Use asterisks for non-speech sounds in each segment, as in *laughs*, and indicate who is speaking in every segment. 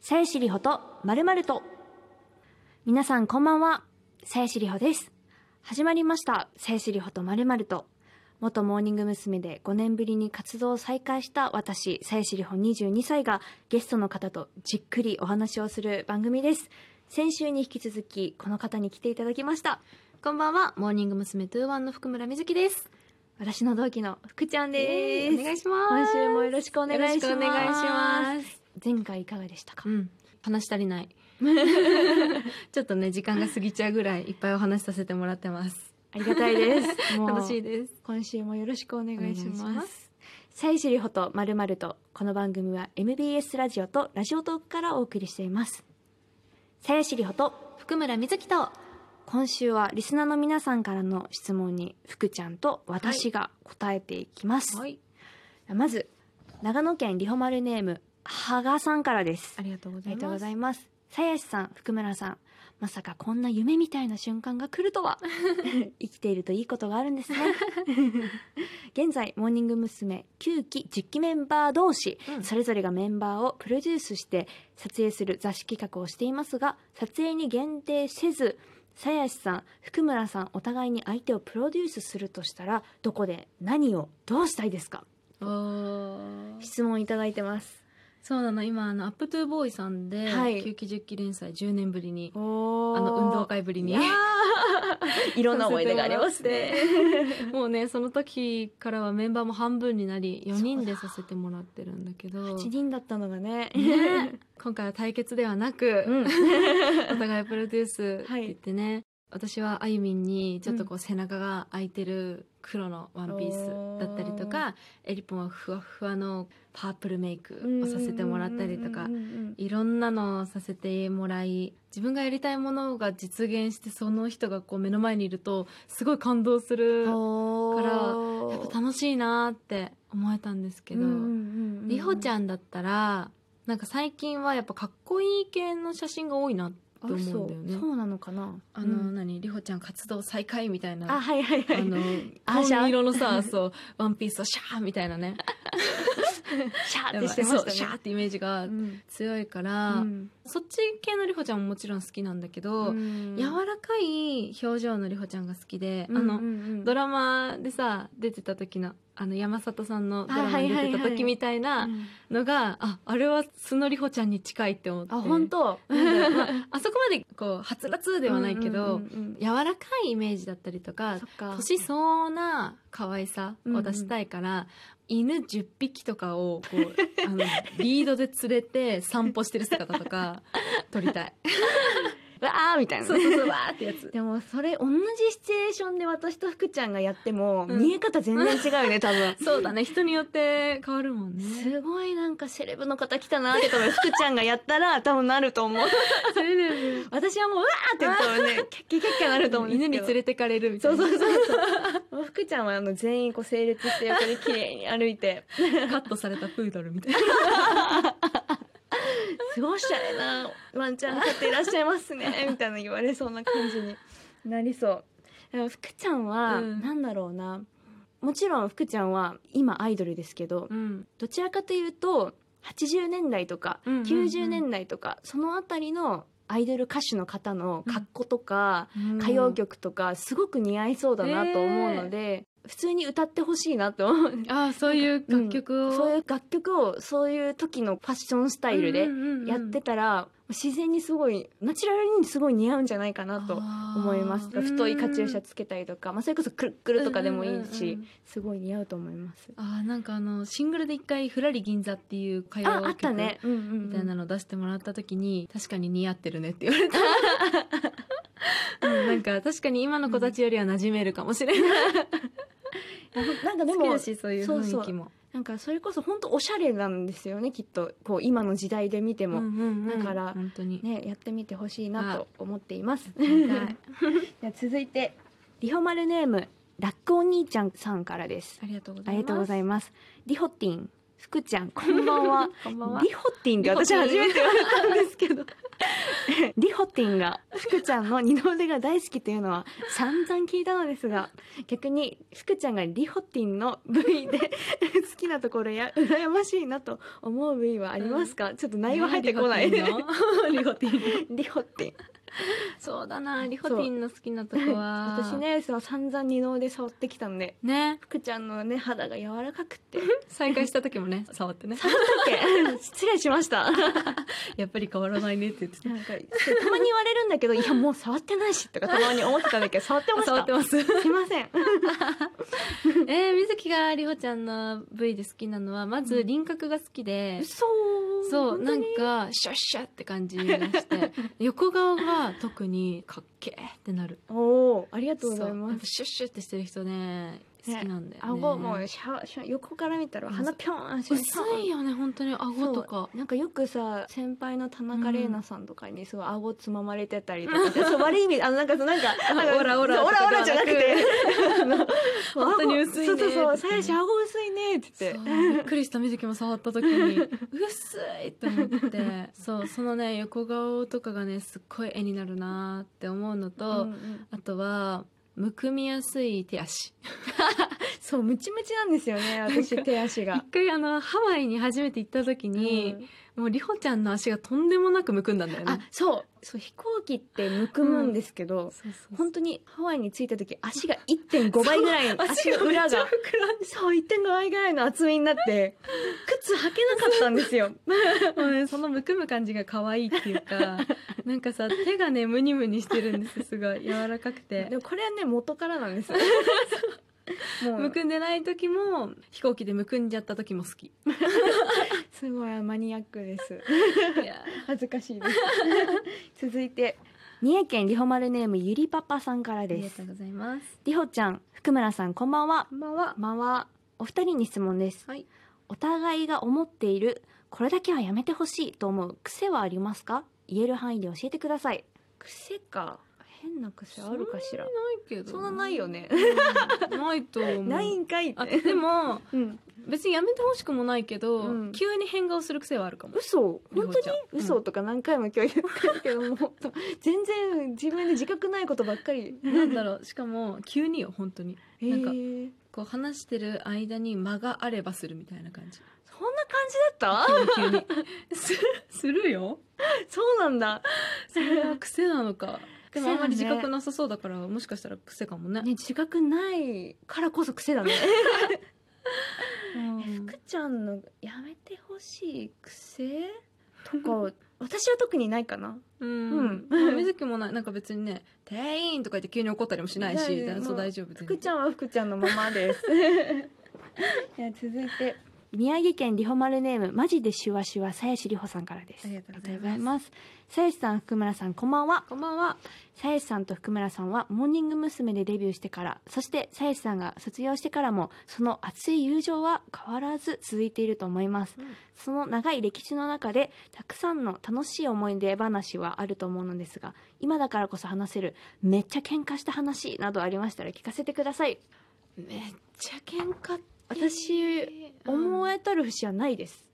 Speaker 1: さえしりほとまるまると。皆さんこんばんは。さえしりほです。始まりました。さえしりほとまるまると。元モーニング娘。で5年ぶりに活動を再開した私、さえしりほ22歳がゲストの方とじっくりお話をする番組です。先週に引き続きこの方に来ていただきました。
Speaker 2: こんばんは、モーニング娘。21の福村みずきです。
Speaker 1: 私の同期の福ちゃん
Speaker 2: え
Speaker 1: です。
Speaker 2: お願いします。
Speaker 1: 今週もよろしくお願いします。
Speaker 2: よろしくお願いします。
Speaker 1: 前回いかがでしたか、
Speaker 2: うん、話し足りない。 *laughs* ちょっとね、時間が過ぎちゃうぐらいいっぱいお話しさせてもらってます。
Speaker 1: ありがたい *laughs* です。もう
Speaker 2: 楽しいです。
Speaker 1: 今週もよろしくお願いし
Speaker 2: お願いし
Speaker 1: ま。
Speaker 2: ます
Speaker 1: さいしりほとまるまるとこの番組は MBS ラジオとラジオトークからお送りしています。さやしりほと
Speaker 2: 福村みずきと、
Speaker 1: 今週はリスナーの皆さんからの質問に福ちゃんと私が答えていきます。
Speaker 2: い、
Speaker 1: まず長野県リホマルネームはがさんからです。
Speaker 2: ありがとうご
Speaker 1: あ
Speaker 2: ざ
Speaker 1: り
Speaker 2: い
Speaker 1: がとう
Speaker 2: ま
Speaker 1: ご
Speaker 2: す
Speaker 1: ざ。います。さやしさん、福村さん、まさかこんな夢みたいな瞬間が来るとは。 *laughs* 生きているといいことがあるんですね。 *laughs* 現在、モーニング娘。9期、10期メンバー同士、
Speaker 2: うん
Speaker 1: それぞれがメンバーをプロデュースして撮影する雑誌企画をしていますが、撮影に限定せず、さやしさん、福村さん、お互いに相手をプロデュースするとしたら、どこで何をどうしたいですか
Speaker 2: おー
Speaker 1: 質問いただいてます。
Speaker 2: そうなの、今、あの、アップトゥーボーイさんで、
Speaker 1: はい
Speaker 2: 9期10期連載10年ぶりに、
Speaker 1: あ
Speaker 2: あ
Speaker 1: の
Speaker 2: の、運動会ぶり
Speaker 1: い
Speaker 2: に。
Speaker 1: やー
Speaker 2: *laughs*
Speaker 1: いろんな思い出がありますね。
Speaker 2: もうね、その時からはメンバーも半分になり、4人でさせてもらってるんだけど、
Speaker 1: 8人だったのがね。 *laughs*
Speaker 2: ね *laughs* 今回は対決ではなく、
Speaker 1: うん、
Speaker 2: *laughs* お互いプロデュースって言ってね、私はあゆみんにちょっとこう背中が開いてる黒のワンピースだったりとか、えりぽんはふわふわのパープルメイクをさせてもらったりとか、
Speaker 1: うんうんうんうん
Speaker 2: いろんなのをさせてもらい自分がやりたいものが実現してその人がこう目の前にいるとすごい感動するやっから
Speaker 1: や
Speaker 2: ぱ楽しいなーって思えたんですけど。りほち
Speaker 1: ん
Speaker 2: ゃんだったらなんか最近はやっぱかっこいい系の写真が多いなって
Speaker 1: と
Speaker 2: 思うんだよね
Speaker 1: そうそうなのかな。
Speaker 2: あの、
Speaker 1: うん
Speaker 2: 何りほちゃん活動再開みたいな
Speaker 1: あ、
Speaker 2: あ
Speaker 1: はいはいはい。 *laughs*
Speaker 2: の
Speaker 1: あシャー
Speaker 2: 紺色のさ *laughs* そうワンピースをシャーみたいなね
Speaker 1: シャーって
Speaker 2: やば
Speaker 1: し
Speaker 2: い
Speaker 1: てま
Speaker 2: そう
Speaker 1: し
Speaker 2: シャ
Speaker 1: た
Speaker 2: ー
Speaker 1: ね
Speaker 2: っ。てイメージが
Speaker 1: うん
Speaker 2: 強いから、そっち系のりほちゃんももちろん好きなんだけど、柔らかい表情のりほちゃんが好きで、あの
Speaker 1: の
Speaker 2: ド
Speaker 1: ラ
Speaker 2: ラマでさ出てた時のあの山里さんのドラマ
Speaker 1: あ
Speaker 2: に
Speaker 1: はい
Speaker 2: 出
Speaker 1: は
Speaker 2: て
Speaker 1: い
Speaker 2: た
Speaker 1: はい
Speaker 2: 時みたいな、のがああれは素のりほちゃんに近いって思って
Speaker 1: あ、本当。
Speaker 2: まああそこまでこうはつらつではないけど、
Speaker 1: うんうんうんうん、
Speaker 2: 柔らかいイメージだったりとか
Speaker 1: そっか。
Speaker 2: 年相応な可愛さを出したいから、犬10匹とかを
Speaker 1: *laughs*
Speaker 2: こうあのリードで連れて散歩してる姿
Speaker 1: *laughs*
Speaker 2: とか撮りたい
Speaker 1: わーみたいなね。
Speaker 2: そうそうそうわーってやつ
Speaker 1: でもそれ同じシチュエーションで私と福ちゃんがやっても
Speaker 2: うん
Speaker 1: 見え方全然違うよね、多分
Speaker 2: そうだね人によって変わるもんね
Speaker 1: すごいなんかセレブの方来たなって多分福ちゃんがやった *laughs* ら多分なると思う
Speaker 2: それで
Speaker 1: 私はもううわーって言ったらね *laughs* キャッキャキャッキャなると思うんです
Speaker 2: 犬
Speaker 1: けど
Speaker 2: に連れてかれるみたい
Speaker 1: そう
Speaker 2: な
Speaker 1: そうそうそうもう福ちゃんはあの全員こう整列して横に綺麗に歩い *laughs* て
Speaker 2: カットされたプードルみたいな
Speaker 1: すごいおしゃれなワンちゃん飼っていらっしゃいますねみたいな言われそうな感じになりそうでも福ちゃんは
Speaker 2: うん
Speaker 1: なんだろうな、もちろん福ちゃんは今アイドルですけど、
Speaker 2: うん
Speaker 1: どちらかというと80年代とか
Speaker 2: うんうんうん
Speaker 1: 90年代とか、そのあたりのアイドル歌手の方の格好とか、歌
Speaker 2: 歌
Speaker 1: 謡曲とかすごく似合いそうだなと思うので、普通に歌ってほしいなと思う
Speaker 2: ああそういう楽曲を、
Speaker 1: そういう楽曲をそういう時のファッションスタイルでやってたら、自然にすごいナチュラルにすごい似合うんじゃないかなと思います太いカチューシャつけたりとか、まあ、それこそくるっくるとかでもいいし、すごい似合うと思います。
Speaker 2: ああーなんかあのシングルで一回「ふらり銀座」っていう歌
Speaker 1: ああ
Speaker 2: 謡
Speaker 1: っ
Speaker 2: 曲
Speaker 1: たね、うんうんうん
Speaker 2: みたいなのを出してもらった時に確かに似合ってるねって言われた、うんなんか確かに今の子たちよりは馴染めるかもしれない、
Speaker 1: なんかで
Speaker 2: 好き
Speaker 1: も
Speaker 2: だしそういう雰囲気も
Speaker 1: なんかそれこそ本当おしゃれなんですよねきっとこう今の時代で見ても、
Speaker 2: うんうんうん
Speaker 1: だから
Speaker 2: 本当に、
Speaker 1: ねやってみてほしいなと思っています。
Speaker 2: みたい
Speaker 1: *laughs* じゃあ続いてリホマルネームラックお兄ちゃんさんからです。
Speaker 2: ありがとうご
Speaker 1: あ
Speaker 2: ざいます
Speaker 1: りがとうございます。リホティン、福ちゃんこんばんは。
Speaker 2: こんばんは
Speaker 1: リホティンって私初めて言われたんですけど。 *laughs* リホティンが福ちゃんの二の腕が大好きというのは散々聞いたのですが逆に福ちゃんがリホティンの部位で *laughs* 好きなところや羨ましいなと思う部位はありますか、ちょっと内容入ってこない、
Speaker 2: リホティンのリホティン
Speaker 1: リホティン
Speaker 2: そうだなリホティンの好きなとこは
Speaker 1: 私ねそう散々二の腕触ってきたんで
Speaker 2: ね
Speaker 1: 福ちゃんのね肌が柔らかく *laughs* て
Speaker 2: 再会した時もね触ってね
Speaker 1: 失礼しました
Speaker 2: やっぱり変わらないねって言って
Speaker 1: なんかそうたまに言われるんだけど「いやもう触ってないし」とかたまに思ってたんだけど触ってました
Speaker 2: 触ってます
Speaker 1: すいま *laughs* せん *laughs*
Speaker 2: えー、みずきがりほちゃんの部位で好きなのはま
Speaker 1: う
Speaker 2: ず
Speaker 1: ん
Speaker 2: 輪郭が好きで、
Speaker 1: そう
Speaker 2: そう
Speaker 1: 本当
Speaker 2: な
Speaker 1: に
Speaker 2: んかシャッシャって感じがして横顔が特にかっけーってなる
Speaker 1: おおありがとうござい
Speaker 2: そうや
Speaker 1: ま
Speaker 2: っぱ
Speaker 1: す
Speaker 2: シュッシュってしてる人ね好きなんだよね
Speaker 1: 顎もシャシャ横から見たら鼻ぴょん
Speaker 2: 薄いよね本当に顎
Speaker 1: そう
Speaker 2: とか
Speaker 1: なんかよくさ先輩の田中玲奈さんとかにすごい顎つままれてたりとかして、そう悪い意味あのなんかそうなんかなんか
Speaker 2: オラオラ
Speaker 1: そう *laughs* オラオラじ
Speaker 2: と
Speaker 1: ゃな
Speaker 2: か
Speaker 1: く
Speaker 2: で
Speaker 1: て
Speaker 2: はな
Speaker 1: *laughs* あの
Speaker 2: 本当に薄いね
Speaker 1: そうそうそう鞘師顎薄いねって言
Speaker 2: そ
Speaker 1: っ
Speaker 2: う
Speaker 1: て
Speaker 2: びっくりした水木も触った時
Speaker 1: *laughs*
Speaker 2: に薄いって思ってそうそのね横顔とかがねすっごい絵になるなーって思うの
Speaker 1: *laughs*
Speaker 2: と、
Speaker 1: うんうん
Speaker 2: あとはむくみやすい手足
Speaker 1: そうムチムチなんですよね私手足が
Speaker 2: 一回あのハワイに初めて行った時に、
Speaker 1: うん
Speaker 2: もうリホちゃんの足がとんでもなくむくんだんだよ
Speaker 1: あ
Speaker 2: ね
Speaker 1: そうそう飛行機ってむくむんですけど、
Speaker 2: そうそうそう
Speaker 1: 本当にハワイに着いた時足が1.5倍ぐらい足の裏
Speaker 2: 足めっ
Speaker 1: が
Speaker 2: ちゃ膨らんで
Speaker 1: そう1.5倍ぐらいの厚みになって靴履けなかったんですよ
Speaker 2: *laughs* もうね、そのむくむ感じが可愛いってい
Speaker 1: *laughs*
Speaker 2: うか、なんかさ、手がね、ムニムニしてるんです、すごい。柔らかく
Speaker 1: *laughs* で
Speaker 2: て。
Speaker 1: もこれはね元からなんです *laughs* も
Speaker 2: む
Speaker 1: う
Speaker 2: くんでない時も、飛行機でむくんじゃった時も好き。い
Speaker 1: すごいマニアックです
Speaker 2: *laughs* や
Speaker 1: *laughs* 恥ずかしいです *laughs* 続いて三重県リホマルネームゆりパパさんから
Speaker 2: あり
Speaker 1: で
Speaker 2: が
Speaker 1: す
Speaker 2: とうございます。
Speaker 1: リホちゃん福村さんこんばんは
Speaker 2: こんばんは。
Speaker 1: まはお二人に質問です、
Speaker 2: はい
Speaker 1: お互いが思っているこれだけはやめてほしいと思う癖はありますか言える範囲で教えてください癖か変な癖あるかしら
Speaker 2: ないけど。
Speaker 1: そんなないよね
Speaker 2: うん。ないと思
Speaker 1: *laughs*
Speaker 2: う。
Speaker 1: ないんかいって
Speaker 2: あ、でも、
Speaker 1: うん
Speaker 2: 別にやめてほしくもないけど、
Speaker 1: うん
Speaker 2: 急に変顔する癖はある *laughs* かも。
Speaker 1: 嘘
Speaker 2: り
Speaker 1: 本
Speaker 2: ほ
Speaker 1: 当に
Speaker 2: ちゃんうん
Speaker 1: 嘘とか何回も今日言ってるけども *laughs* 全然自分で自覚ないことばっかり
Speaker 2: なんだろう、しかも、急によ、本当に。なんか
Speaker 1: へー
Speaker 2: こう、話してる間に間があればするみたいな感じ。
Speaker 1: そんな感じだった
Speaker 2: 急 *laughs* に。す、するよ。
Speaker 1: *laughs* そうなんだ、
Speaker 2: それは癖なのか。でもあんまり
Speaker 1: 癖
Speaker 2: 自
Speaker 1: だね
Speaker 2: 覚なさそうだから、もしかしたら癖かも
Speaker 1: *laughs*
Speaker 2: ね。
Speaker 1: ね、自覚ないからこそ癖 *laughs* だね
Speaker 2: うん
Speaker 1: 福ちゃんのやめてほしい癖 *laughs* とか私は特にないかな
Speaker 2: うん。
Speaker 1: うん
Speaker 2: まあ水木もない、なんか別にね、店員とか言って急に怒ったりもしない
Speaker 1: ない
Speaker 2: し、
Speaker 1: ね
Speaker 2: だそう
Speaker 1: もう
Speaker 2: 大丈夫全然
Speaker 1: 福ちゃんは福ちゃんのままです *laughs* いや続いて宮城県リホマルネームマジでシュワシュワさやしりほさんからです
Speaker 2: ありがとうございます
Speaker 1: ありがすさやしさん福村さんこんばんは
Speaker 2: こんばんは。
Speaker 1: さやしさんと福村さんはモーニング娘。でデビューしてからそしてさやしさんが卒業してからもその熱い友情は変わらず続いていると思いますその長い歴史の中でたくさんの楽しい思い出話はあると思うのですが今だからこそ話せるめっちゃ喧嘩した話などありましたら聞かせてください
Speaker 2: めっちゃ喧嘩って
Speaker 1: 私、思
Speaker 2: え、
Speaker 1: えたる節はないです、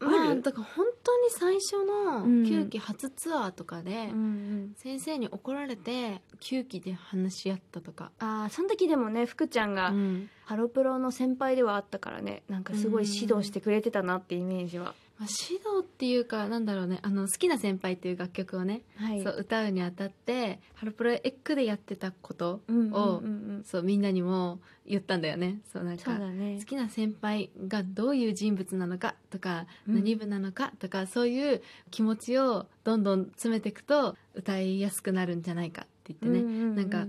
Speaker 2: ま
Speaker 1: あ
Speaker 2: あ、
Speaker 1: る
Speaker 2: だから本当に最初
Speaker 1: う
Speaker 2: の
Speaker 1: ん
Speaker 2: 9期初ツアーとかで、
Speaker 1: ん
Speaker 2: 先生に怒られて、9期で話し合ったとか。
Speaker 1: ああその時でもね福ちゃんが
Speaker 2: うん
Speaker 1: ハロプロの先輩ではあったからねなんかすごい指導してくれてたなってイメージは、
Speaker 2: まあ、指導っていうか、なんだろうね、あの、好きな先輩っていう楽曲をね、
Speaker 1: はい
Speaker 2: そう歌うにあたってハロプロエッグでやってたこと
Speaker 1: うんうんうん
Speaker 2: を
Speaker 1: うん
Speaker 2: そうみんなにも言ったんだよねそうなん
Speaker 1: そう
Speaker 2: か
Speaker 1: だね
Speaker 2: 好きな先輩がどういう人物なのかとか、
Speaker 1: うん
Speaker 2: 何部なのかとかそういう気持ちをどんどん詰めていくと歌いやすくなるんじゃないかって言ってね、なんか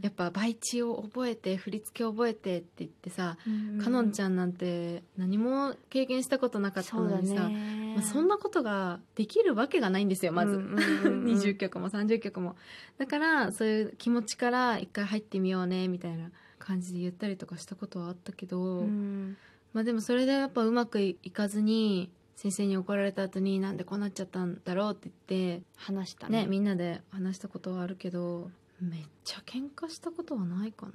Speaker 2: やっぱ倍地を覚えて振り付け覚えてって言ってさ、かのんち
Speaker 1: ゃん
Speaker 2: ゃんなんて何も経験したことなかった
Speaker 1: そう
Speaker 2: の
Speaker 1: だ
Speaker 2: に
Speaker 1: ね
Speaker 2: さ、まあ、そんなことができるわけがないんですよまず。
Speaker 1: うんうん *laughs* うんうん
Speaker 2: 20曲も30曲もだからそういう気持ちから一回入ってみようねみたいな感じで言ったりとかしたことはあったけど、
Speaker 1: うん
Speaker 2: まあでもそれでやっぱうまくいかずに先生に怒られた後になんでこうなっちゃったんだろうって言って
Speaker 1: 話した
Speaker 2: ねみんなで話したことはあるけどめっちゃ喧嘩したことはないかな。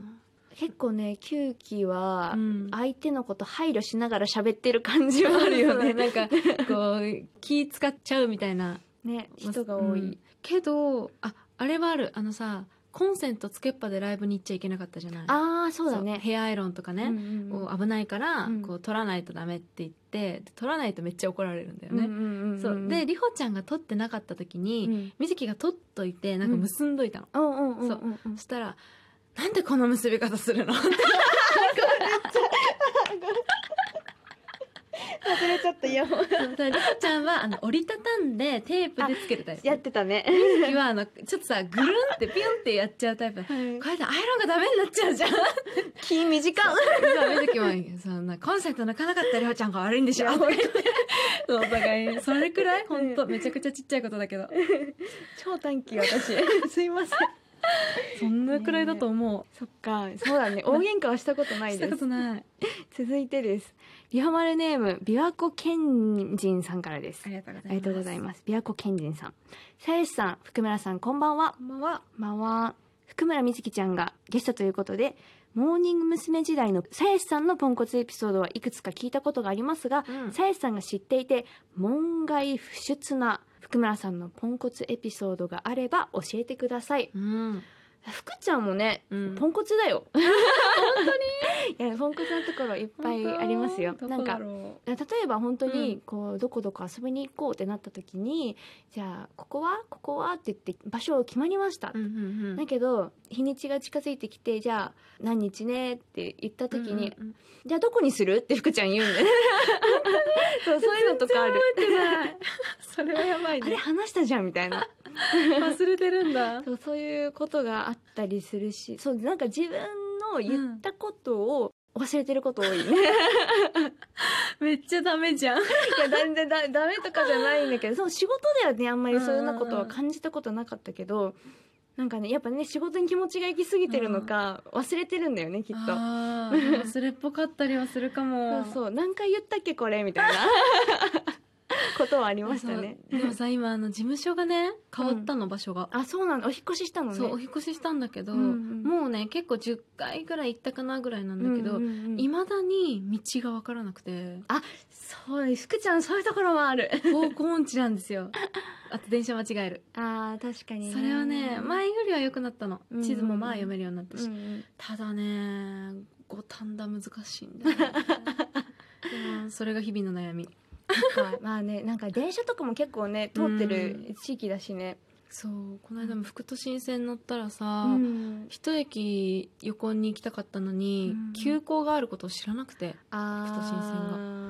Speaker 1: 結構ね9期は
Speaker 2: うん
Speaker 1: 相手のこと配慮 *laughs* しながら喋ってる感じはあるよね
Speaker 2: なんかこう気使っちゃうみたいな
Speaker 1: ね
Speaker 2: ます
Speaker 3: 人が多い、
Speaker 2: うんけどああれはあるあのさコンセントつけっぱでライブに行っちゃいけなかったじゃない
Speaker 1: ああそうだね
Speaker 2: ヘアアイロンとかね、
Speaker 3: うんうんうん
Speaker 2: を危ないから、
Speaker 1: うん
Speaker 2: こう取らないとダメって言ってで取らないとめっちゃ怒られるんだよ
Speaker 1: うん
Speaker 2: ね、
Speaker 1: うんうんうん
Speaker 2: そうでりほちゃんが取ってなかった時
Speaker 1: う
Speaker 2: に、
Speaker 1: ん
Speaker 2: みずきが取っといてなんか結んどいたの、
Speaker 1: うんうんうんうん
Speaker 2: そ
Speaker 1: うん
Speaker 2: そしたら「なんでこの結び方するの? 」 *laughs*
Speaker 3: 外れちゃったイヤホン
Speaker 2: りほちゃんはあの折りたたんでテープでつけるタイプ
Speaker 1: やってたね
Speaker 2: みずきはあのちょっとさぐるんってピュンってやっちゃうタイプだこれでアイロンがダメになっちゃうじゃん
Speaker 3: 気短っ
Speaker 2: そうみずきもそんなコンセント抜かなかったりほちゃんが悪いんでしょって言ってそうお互いにそれくらい本当めちゃくちゃちっちゃいことだけど
Speaker 3: 超短
Speaker 1: *laughs*
Speaker 3: 期私
Speaker 2: *laughs*
Speaker 3: すいません
Speaker 2: そんなくらいだと思
Speaker 1: そっか
Speaker 3: そうだね大喧嘩はしたことな
Speaker 2: う
Speaker 3: い
Speaker 2: した
Speaker 3: で
Speaker 2: こ
Speaker 3: す
Speaker 2: とない
Speaker 1: 続いてですリハマルネーム琵琶湖賢人さんからです
Speaker 2: りがとうご
Speaker 1: ありがとうござい
Speaker 2: ま
Speaker 1: ます琵琶湖賢人さんさやしさん福村さんこんばんは
Speaker 2: こんばんは
Speaker 1: まんは福村みずきちゃんがゲストということでモーニング娘。時代のさやしさんのポンコツエピソードはいくつか聞いたことがありますが
Speaker 2: うん
Speaker 1: さやしさんが知っていて門外不出な福村さんのポンコツエピソードがあれば教えてください
Speaker 2: うん
Speaker 1: 福ちゃんもね
Speaker 2: うん
Speaker 1: ポンコツだよ *laughs* 本 *laughs* 当にいやポンコツなところいっぱいありますよなんか例えば本当
Speaker 2: う
Speaker 1: にこうどこどこ遊びに行こうってなった時に、じゃあここはここはって言って場所を決まりました、
Speaker 2: うんうん
Speaker 1: だけど日にちが近づいてきてじゃあ何日ねって言った時に、
Speaker 2: うんうんうん
Speaker 1: じゃあどこにするって福ちゃん言うんだよねそうそういうのとかある
Speaker 2: 全然覚えてないそれはやばい
Speaker 1: あれ
Speaker 2: ね
Speaker 1: 話したじゃんみたいな
Speaker 2: 忘れてるんだ
Speaker 1: *laughs* そうそういうことがあったりするしそうなんか自分の言ったことを忘れてること *laughs* 多いね、
Speaker 2: *laughs* めっちゃダメじゃん
Speaker 1: いや全然だダメとかじゃないんだけどその仕事ではねあんまりそういうようなことは感じたことなかったけど、なんかねやっぱね仕事に気持ちが行き過ぎてるのか、忘れてるんだよねきっと。
Speaker 2: あー忘れっぽかったりはするかも
Speaker 1: そうそう何回言ったっけこれみ *laughs* たいなことはありましたね。
Speaker 2: そうでもさ今あの事務所がね変わったの、場所が
Speaker 1: あそうなのお引っ越ししたのね。
Speaker 2: そうお引っ越ししたんだけど、
Speaker 1: うんうん
Speaker 2: もうね結構10回ぐらい行ったかなぐらいなんだけど、
Speaker 1: うんうんうん
Speaker 2: いまだに道が分からなくて
Speaker 1: そう福ちゃんそういうところはある。
Speaker 2: 方向音痴なんですよ
Speaker 1: *laughs*
Speaker 2: あと電車間違える
Speaker 1: あー確かに、
Speaker 2: それはね前よりは良くなったの
Speaker 1: うんうんうん
Speaker 2: 地図もまあ読めるようになったし、
Speaker 1: うん
Speaker 2: ただね五反田難しいんだ
Speaker 1: *laughs*
Speaker 2: よねでもそれが日々の悩み
Speaker 1: うんまあねなんか電車とかも結構ね通ってる地域だしね。
Speaker 2: そうこの間も副都心線乗ったら
Speaker 1: う
Speaker 2: さ、
Speaker 1: ん、
Speaker 2: 一駅横に行きたかったのに、
Speaker 1: うん
Speaker 2: 急行があることを知らなくて
Speaker 1: あ
Speaker 2: 副都心線が
Speaker 1: が。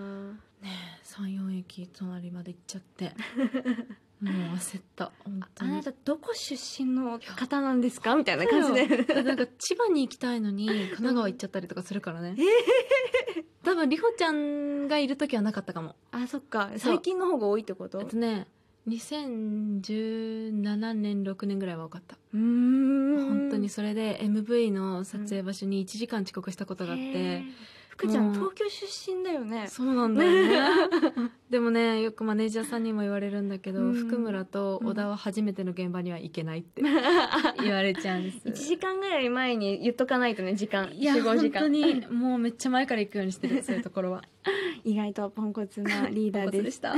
Speaker 2: 34駅隣まで行っちゃって
Speaker 1: *laughs*
Speaker 2: もう焦った本当
Speaker 1: あ
Speaker 2: に
Speaker 1: なたどこ出身の方なんですかみたいな感じで。
Speaker 2: だからなんか千葉に行きたいのに神奈川行っちゃったりとかするからね、多分りほちゃんがいる時はなかったかも
Speaker 1: *laughs* あそっか最近の方が多いってこと
Speaker 2: あとね2017年6年ぐらいは多かった本
Speaker 1: 本
Speaker 2: 当にそれで MV の撮影場所に1時間遅刻したことがあって、
Speaker 1: 福ちゃ
Speaker 2: も
Speaker 1: ん
Speaker 2: う
Speaker 1: 東京出身だよね
Speaker 2: そうなんだよね *laughs* でもねよくマネージャーさんにも言われるんだけど、
Speaker 1: うん
Speaker 2: 福村と小田は初めての現場には行けないって *laughs* 言われちゃうん
Speaker 1: 1
Speaker 2: です
Speaker 1: 時間ぐらい前に言っとかないとね時間
Speaker 2: いや
Speaker 1: 集合時
Speaker 2: 本当
Speaker 1: 間
Speaker 2: にもうめっちゃ前から行くようにしてるそういうところは
Speaker 1: 意外とポンコツなリーダー
Speaker 2: ポンコツ
Speaker 1: で
Speaker 2: ですした